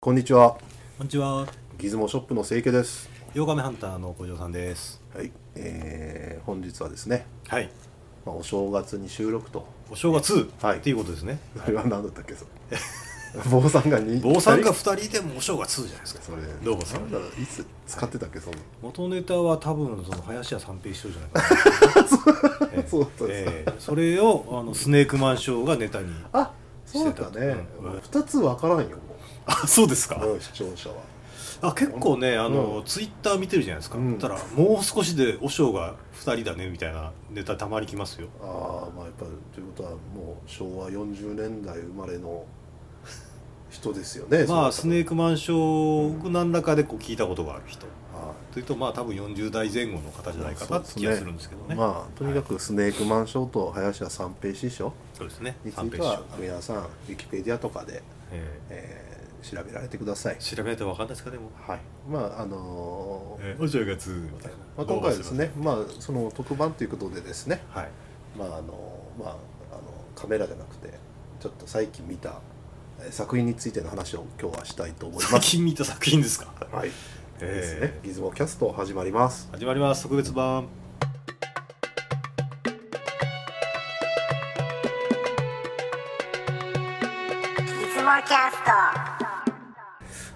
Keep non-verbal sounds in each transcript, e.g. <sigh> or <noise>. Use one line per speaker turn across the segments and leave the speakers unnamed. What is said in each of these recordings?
こんにちは。
こんにちは。
ギズモショップの清家です。
ヨガメハンターの小城さんです。
はい、えー本日はですね、
はい。
まあ、お正月に収録と。
お正月、
はい
っていうことですね。
あれは何だったっけ、そ
<laughs>
れ。坊さんがに。
坊さんが
二
二人でもお正月じゃないですか。
人。それ。
どうもさ
なんだろういつ使ってたっけ、その。
元ネタは多分その林家三平師匠じゃないか
<laughs>
な。ええ
そうだったんですか
ええそれをあのスネークマンショーがネタに。
あ、そうだったね
うん。
二、つわからんよ。も
あ、そうですか
ううん視聴者は。
あ、結構ね、あの、
うん
ツイッター見てるじゃないですか。
うん
たらもう少しでお正が二人だねみたいなネタたまに来ますよ。
ああ、まあ、やっぱり、ということは、もう昭和40年代生まれの。人ですよね。
まあスネー
ク。
クマンショーを何らかでこう聞いたことがある人。
は
というとまあ多分40代前後の方じゃないかなって気がするんですけど
い
ね。
まあ、とにかくスネークマンショーと林家三平師匠。
そうですね
につ
三
いて
平師
は
匠、
皆さん、ウィキペディアとかで、
え
えー調べられてください
え。調べないと分かんないですかでも、
はい、まああのー
ええお正月みたいな、
まあ、今回はですね、まあ、その特番ということでですね、
はい
まああのーまあ、あのカメラじゃなくてちょっと最近見たえー作品についての話を今日はしたいと思いま
最
す。
近見た作品ですか、
はい、 <laughs> ですね
え。
ギズモキャスト始まります
え。始まります特別版
いつもキャス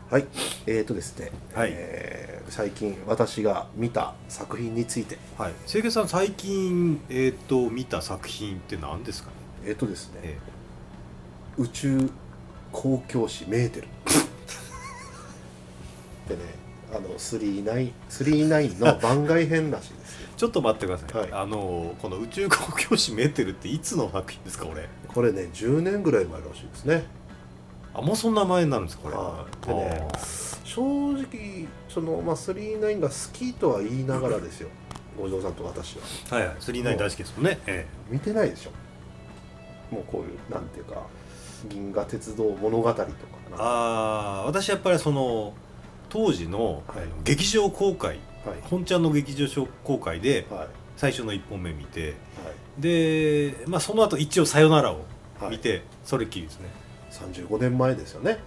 ト
はい、えーとですね、
はい
えー最近私が見た作品について、
はい清家さん最近えっ、と見た作品って何ですかね、
えーとですね、
え
宇宙公共誌メーテル <laughs> でねあの39 39の番外編らしいですよ
えちょっと待ってください、
はい
あのこの宇宙公共誌メーテルっていつの作品ですか俺
これね10年ぐらい前らしいですね
あもうそんな前になるんですかこれ
はいでね正直その、まあ、39が好きとは言いながらですよ五条さんと私は
あーはいはい39大好きですもんねえ
見てないでしょもうこういうなんていうか銀河鉄道物語とか
え
なは
ああ私やっぱりその当時の、
はい
あの劇場公開
いはい
本ちゃんの劇場公開で
はい
最初の1本目見てで、まあ、その後一応「さよなら」を
はい
見て、それっきりですね
35年前ですよね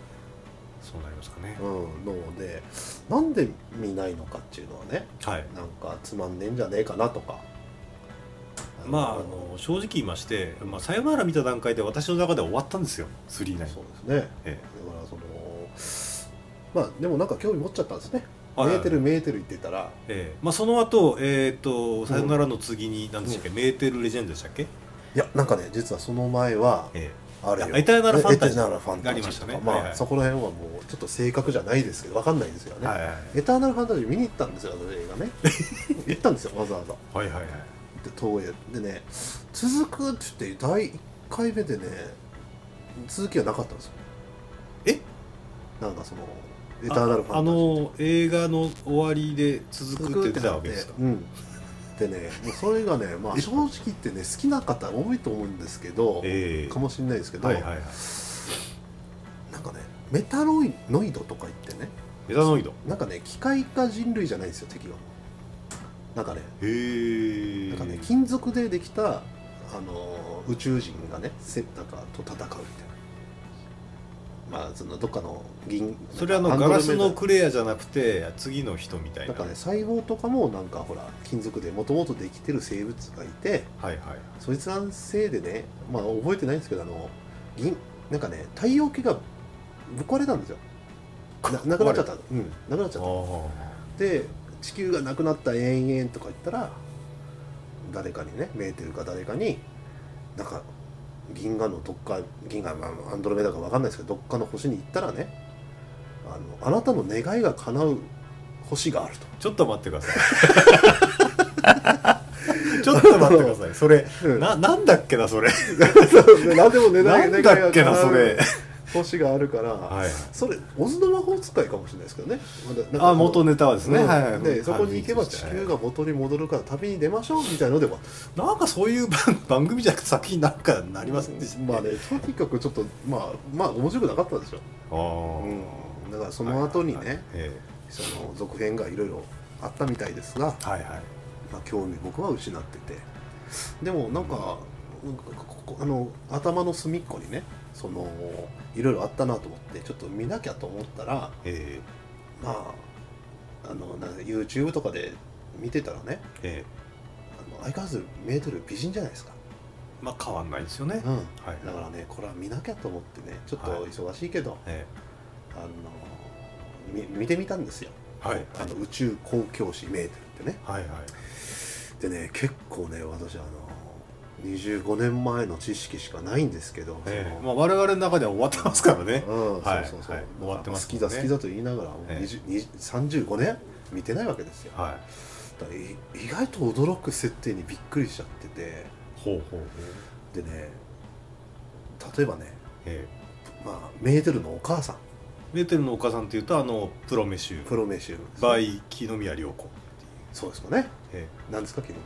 そうなりますかね、
うん、のでなんで見ないのかっていうのはね
はい
なんかつまんねえんじゃねえかなとか
まああの正直言いまして「まあ、さよなら」見た段階で私の中では終わったんですよ3
あ
ナ
の
イ
そう
ン
ですね
え
だからそのまあでもなんか興味持っちゃったんですね「
はい
メーテルメーテル」言ってたら
ええまあ、その後、えーと「さよなら」の次に何でしたっけ、メーテル・レジェンドでしたっけ、
いやなんかね実はその前は
え
あれよ
エターナルファンタジー
エターナルファンタジーとか
がありましたね
まあ、
はいはい
そこら辺はもうちょっと正確じゃないですけどわかんないですよ
え
ね、
はいはい
エターナルファンタジー見に行ったんですよ私映画
<laughs>
ね行ったんですよわざわざ
はいはいはい
で東映でね続くっつって第1回目でね続きはなかったんですよ
え
なんかそのエターナルフ
あ
ァ
あ
ンタジー
の映画の終わりで続くって言ってたわけですか
うんでねもうそれがね、まあ、
え
正直言ってね好きな方多いと思うんですけど、
ええ
かもしれないですけど、
はいはいはい
なんかねメタロイノイドとか言ってね
メタノイド
なんかね機械化人類じゃないんですよ敵はなんかね
へえ
なんかね金属でできた、あのー宇宙人がねせなんかと戦うみたいなまあそのどっかの銀
それはあの
なんか
ガ
アンド
ラ
ロメ
ス
ダ
のクレアじゃなくて次の人みたい
な
なん
かね細胞とかもなんかほら金属でもともとできてる生物がいて
はいはい
そいつらのせいでねまあ覚えてないんですけどあの銀なんかね太陽系がぶっ壊れたんですよななくなっちゃったうんなくなっちゃ
あ
ったで地球がなくなった延々とか言ったら誰かにねメーテルか誰かになんか銀河のどっか銀河まあアンドロメダかわかんないですけどどっかの星に行ったらねあのあなたの願いが叶う星があると。
ちょっと待ってください <laughs> ちょっと待ってくださいそれ
うん
<laughs> ななんだっけなそれ
<laughs> 何でも願い願い
なん
が
だっけ
叶
な
う
それ
星があるから、
はい
それオズの魔法使いかもしれないですけどねまだなんか
あ元ネタはですね、
うん
はいはい
でそこに行けば地球が元に戻るから旅に出ましょうみたいのでも
なんかそういう番 <laughs> 番組じゃなくて作品なんかなりませんでした
まあねとにかくちょっとまあまあ面白くなかったでしょ、
あ
う
あ、
ん、だからその後にね、
え
その続編がいろいろあったみたいですが、
えはいはい
まあ、興味僕は失っててでもなんか、うんここあの頭の隅っこにねそのいろいろあったなと思ってちょっと見なきゃと思ったら
え
まああのなんか YouTube とかで見てたらね
えええ
あの相変わらずメートル美人じゃないですか、
まあ変わんないですよね、
うん、
はい
だからねこれは見なきゃと思ってねちょっと
はい
忙しいけど、
え
あのみ見てみたんですよ
えはい
あの宇宙公共誌メーテルってね
はいはい
でね結構ね私あの25年前の知識しかないんですけど、
ええ
その
まあ我々の中では終わってますからね
うん、
はい
そうそうそう、
はい終わってます
好
も
き
ん
だ
ね
好きだと言いながらもう
ええ
20 20 35年見てないわけですよ
は
だからい意外と驚く設定にびっくりしちゃってて
いほうほうほう
でね例えばね、
え
まあ、メーテルのお母さん
えメーテルのお母さんっていうとあのプロメシュ
プロメシウム
バイ木の宮涼子、
そうですかね
え
なんですか昨日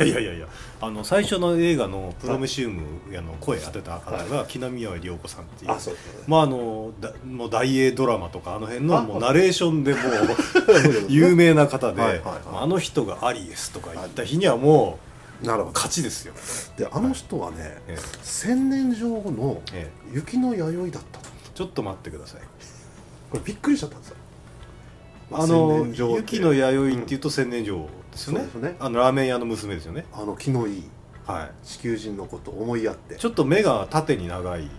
え、いやいやいやいやあの最初の映画の「プロメシウム」あの声当てた方が木の宮涼子さんっていう
あ
<laughs>
そうですね
まああのだもう大英ドラマとかあの辺の
あ
もうナレーションでもう有
有
名な方で、
はいはいはい
あの人がアリエスとか言った日にはも
なる
う
ほど
勝ちですよ。
であの人はね
え
千年城の
ええ
雪の弥生だったと
え、ちょっと待ってください。
これびっくりしちゃったんですよ
あの
千年城って
雪の弥生っていうと千年城ですよね。
そうですね
あのラーメン屋の娘ですよね。
あの気のいい
は
地球人のことを思いやって
い。ちょっと目が縦に長い
なんか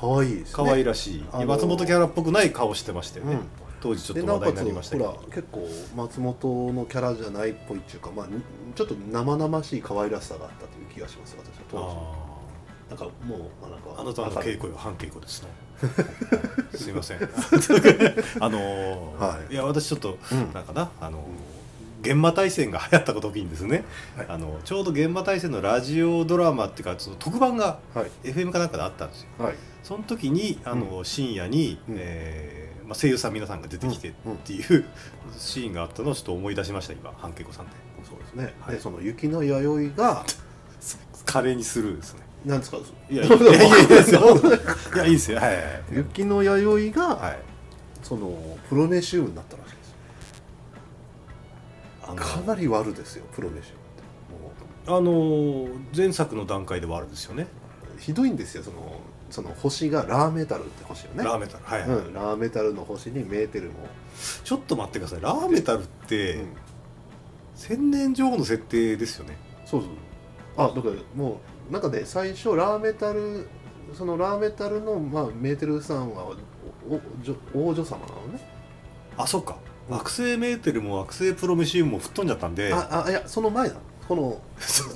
可愛いです
可
ね
愛
い
らしい、
あの
松本キャラっぽくない顔してましたよね。
うん
当時ちょっ
で
と
なお
話
か
題
つ
になりました
ほ
け
ら
ど。
結構松本のキャラじゃないっぽいっていうか、まあ、にちょっと生々しい可愛らしさがあったという気がします私は当時な
あ
んかもう、まあ、なんか
ああなたの
明るい
稽古よ半稽古
<laughs>
ですねすいませんあのー
はい
いや私ちょっと
うん
なんかな、あの、現場対戦が流行ったことにですね、
はい
あのちょうど現場対戦のラジオドラマっていうかその特番が
はい、
FM かなんかであったんですよ
はい、
その時にあの、深夜に、
うん
えーまあ、声優さん皆さんが出てきてっていうシーンがあったのをちょっと思い出しました今半慶子さんで
そうですね、
はい
でその雪の弥生が
華麗にスルーですね
なんですか
い
<laughs>
やいやいやいやいやいやいやいいですよはいはいはい
雪の弥生が、
はい
そのプロネシウムになったらしいですよ
あの
かなり悪ですよプロネシウムっても
あの前作の段階ではあるんですよね
うひどいんですよそのその星がラーメタルって星よね
ラーメタルはい、
うん、ラーメタルの星にメーテルも、
ちょっと待ってくださいラーメタルって、
うん
千年女王の設定ですよね
そうそうあだからもうなんかね最初ラーメタルそのラーメタルの、まあ、メーテルさんはおお女王女様なのね、
あそっか惑星メーテルも惑星プロメシウムも吹っ飛んじゃったんでは
ああいやその前なのこ
<laughs>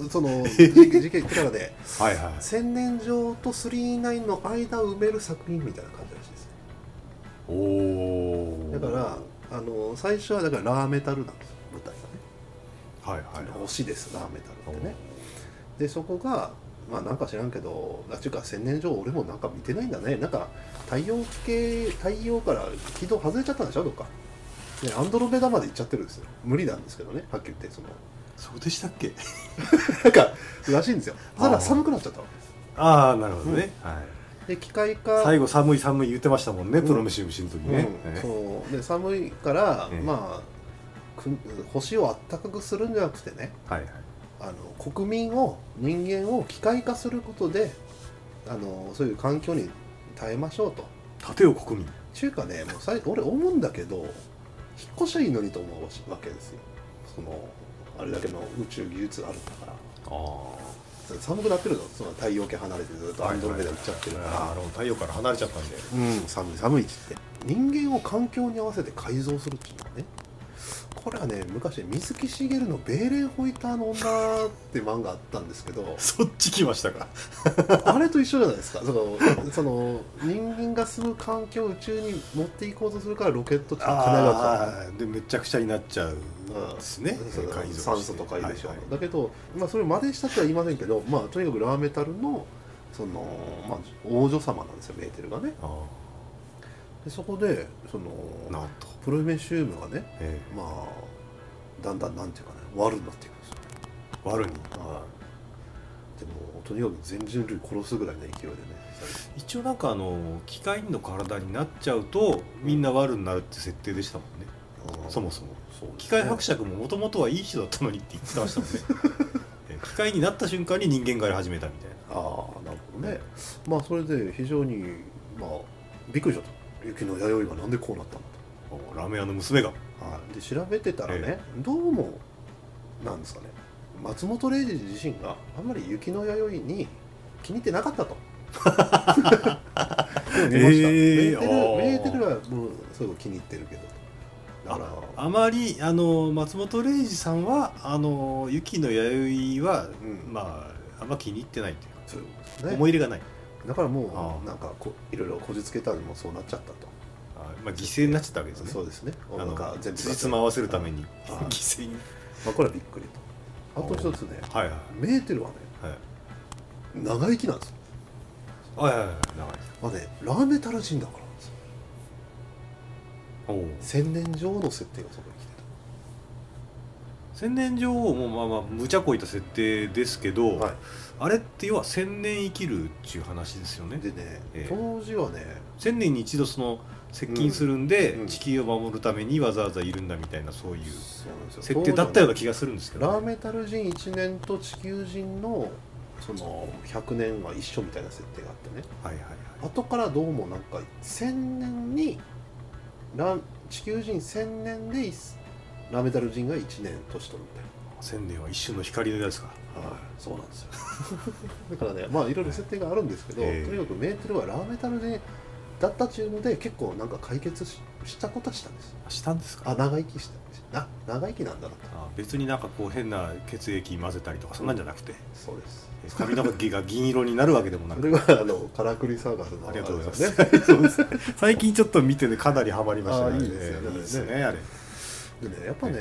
のその
え
事件事件からで
いはい
千年城と399の間を埋める作品みたいな感じらしいです
おお
だからあの最初はだからラーメタルなんですよ舞台がね、
はいはい
推しですラーメタルってねでそこがまあなんか知らんけどあちゅうか千年城俺もなんか見てないんだねなんか太陽系太陽から軌道外れちゃったんでしょどっかねアンドロメダまで行っちゃってるんですよ無理なんですけどねはっきり言ってその <laughs>
そうでしたっけ
なんからしいんですよた
あ
だ
ー
寒くなっちゃったわけです
ああなるほどね、はい、
で機械化
最後寒い寒い言ってましたもんね、
うん
プロメシウム死ぬ時ね、
うん、
え
そうで寒いから、
ええ
まあく星をあったかくするんじゃなくてね
はいはい
あの国民を人間を機械化することであのそういう環境に耐えましょうと
盾を国民
ちゅうかねもうさい俺思うんだけど引っ越しゃいいのにと思うわけですよそのあれだけの宇宙技術があるんだから
ああ
寒くなってるのその太陽系離れてずっとアンドロメダ行っちゃってるから、
あの太陽から離れちゃったんで
うん、寒い寒いっつって人間を環境に合わせて改造するっていうのはねこれはね昔水木しげるの「ベーレンホイターの女」って漫画あったんですけ
<laughs>
ど
<laughs> そっち来ましたか
あれと一緒じゃないですかそのその人間が住む環境を宇宙に持っていこうとするからロケットって金がかか
あーでめちゃくちゃになっちゃう
る。うん
ですね、
そう
改造して
酸素とかいいでしょう、
はいはい
だけど、まあ、それを真似したとは言いませんけど、まあ、とにかくラーメタルのその、まあ、王女様なんですよメーテルがね
あ
でそこでその
あなんと、
プロメシウムがね
え
まあだんだんなんていうかね悪になっていくんですよ、
え、悪に
はい、でもとにかく全人類殺すぐらいの勢いでね
一応なんかあの機械の体になっちゃうとみんな悪になるって設定でしたもんね、そもそも
そう
機械伯
士
爵ももともとはいい人だったのにって言ってましたもんねええ機械になった瞬間に人間狩り始めたみたいな
ああなるほどで、まあそれで非常にまあびっくりしたと雪の弥生がなんでこうなったんだ
おラーメン屋の娘が
と、はい、で調べてたらね、
え
どうもなんですかね松本零士自身があんまり雪の弥生に気に入ってなかったと。でも見ました、
<laughs> え
メーテ
ー
ル
あー
メーテルはもうすごい気に入ってるけどだから
あまりあの松本零士さんはあの雪の弥生は、
うん
まああんま気に入ってないというか
そういうことですね
思い入れがない
だから
あ
も
あ
うなんかこういろいろこじつけたのもそうなっちゃったと
あまあ犠牲になっちゃったわけですね
そうですね
あ
なんか
の
全部
つじつま合わせるために
あ
犠牲に
まあこれはびっくりとあと一つね
はいはい
メーテルはね
はい
長生きなんですよ
はいはいはい長いです
まあねラーメタル人だからなんですよ
おお
千年女王の設定がそこに来て
千年女王もまあまあ無茶こいた設定ですけど、
はい
あれって要は千年生きるっていう話ですよね
たでね、
ええ
当時はね
千年に一度その接近するんで、
うん
地球を守るためにわざわざいるんだみたいなそういう
そうなんですよ
設定だったような
当
気がするんですけ
時はねラー
ど
メ
ね、
タル人1年と地球人のその100年は一緒みたいな設定があってね
はいはいはい
後からどうもなんか千年にラ地球人千年でいすラメダル人が1年年取るみ
千年は一瞬の光のですから
たいな、はい、そうなんですよ <laughs> だからねまあいろいろ設定があるんですけど、
ええ
とにかくメーテルはラーメタル人だったっちゅうので結構なんか解決ししたことはしたんです
あしたんですか
あ長生きしたんですな長生きなんだなと
あ別になんかこう変な血液混ぜたりとかそんなんじゃなくて
そうです
髪の毛が銀色になるわけでもな
そ
く
<laughs> れがあのカラクリサーカスの
ありがとうございます
あれですね
<laughs> そうです最近ちょっと見てねかなりハマりましたね
あいいですよね
いいですねあれ
でねやっぱね、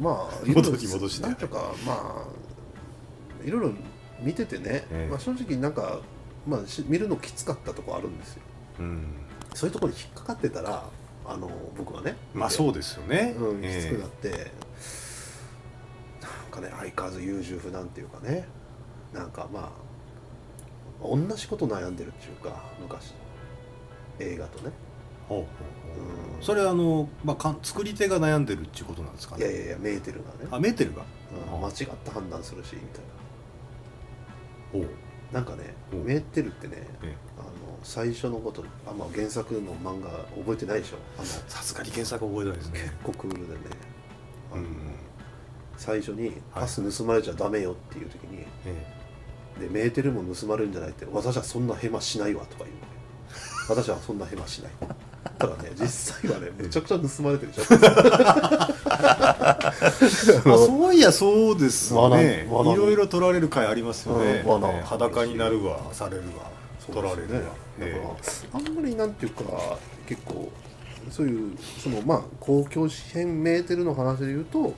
まあ
戻り戻して
なんとかまあいろいろ見ててね、
ええ
まあ、正直なんか、まあ、し見るのきつかったとこあるんですよ
うん
そういうところに引っかかってたらあの僕はね
まあ
う、
そうですよね、
うん、きつ
え
くなって、なんかね相変わらず優柔不断っていうかねなんかまあ同じこと悩んでるっていうか昔の映画とね、
えほうほうほう
うん、
それはあの、まあ、かん作り手が悩んでるっていうことなんですか
いやい
ね
やいやメーテルがね、
あメーテルが
うん間違った判断するしみたいな
おう
なんかね、
うん
メーテルってね、
ええ
あの最初のことあんま原作の漫画覚えてないでしょあの結
さすがに原作覚えてないですね
構クールでねあ
う
の、
ん、
最初にパス盗まれちゃダメよっていう時に、
え
でメーテルも盗まれるんじゃないって私はそんなヘマしないわとか言うのね私はそんなヘマしないただね
<laughs>
実際はねめちゃくちゃ盗まれてるじゃん
え、あそういやそうですねい
罠罠の
ろいろ取られる回ありますよね、
うん罠
ええ裸になるわされるわ取られる
だ
わ、
から
ええ
あんまりなんていうか結構そういうそのまあ公共支援メーテルの話で言うと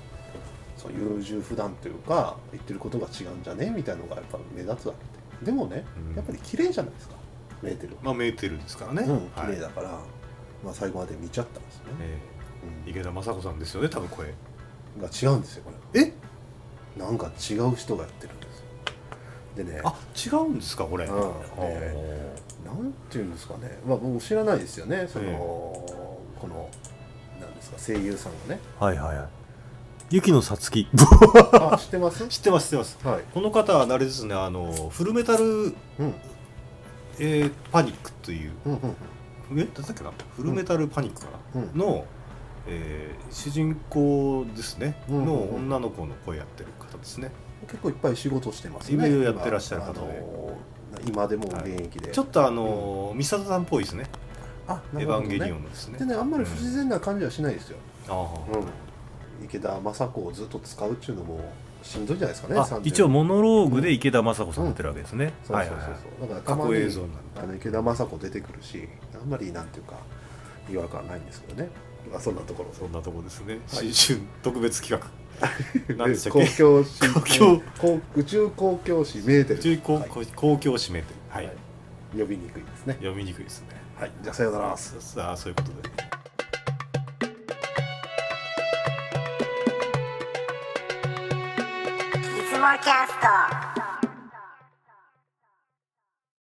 その優柔不断というか言ってることが違うんじゃねみたいのがやっぱ目立つわけででもね、
うん
やっぱり綺麗じゃないですかメーテルは、
まあメーテルですからね、
うん、
は
綺
い
麗だから、まあ、最後まで見ちゃったんですよね、
ええ池田雅子さんですよね多分声
うん、が違うんですよこれえなんか違う人がやってるんですよでね
あ違うんですかこれ、
うん
あー
なんていうんですかね、まあ、僕知らないですよね、その、この、なんですか、声優さんがね。
はいはいはい雪野さつき
あ、知ってます
知ってます知ってます
はい。
この方はあれですねあのフルメタル、
うん。
えーパニックという
うん、うん、
えなんだったっけなフルメタルパニックかな、
うん
の、えー主人公ですね、
うん
の女の子の声やってる方ですね
結構いっぱい仕事してますね。
いろいろやってらっしゃる方で
今あの今でも現役で。
ちょっとあのー、ミサトさんっぽいですね
あ、な
エ
る
ヴ
ほど
ァ
ね
ンゲリオンのですね
でね、あんまり不自然な感じはしないですよ。
あー
うん。池田雅子をずっと使うっていうのもしんどいんじゃないですかね、
あ
30
一応モノローグで池田雅子さんやってるわけですね、
そう
はい
そう
はい
そう
はい
そう。だから
過
たま
去
に
映像なんだ
あの池田雅子出てくるし、あんまりなんていうか、違和感はないんですけどね。まあ、そんなところ。
そんなとこですね、
はい
新春特別企
<laughs>
画何でしたっ
公
け
共誌
公共
公宇宙公共誌メーテル
宇宙公,、
はい
公共を占めてはい、
はい呼びにくいですね
読みにくいですね
はいじゃあさようなら
そさあそういうことで
いつもキャスト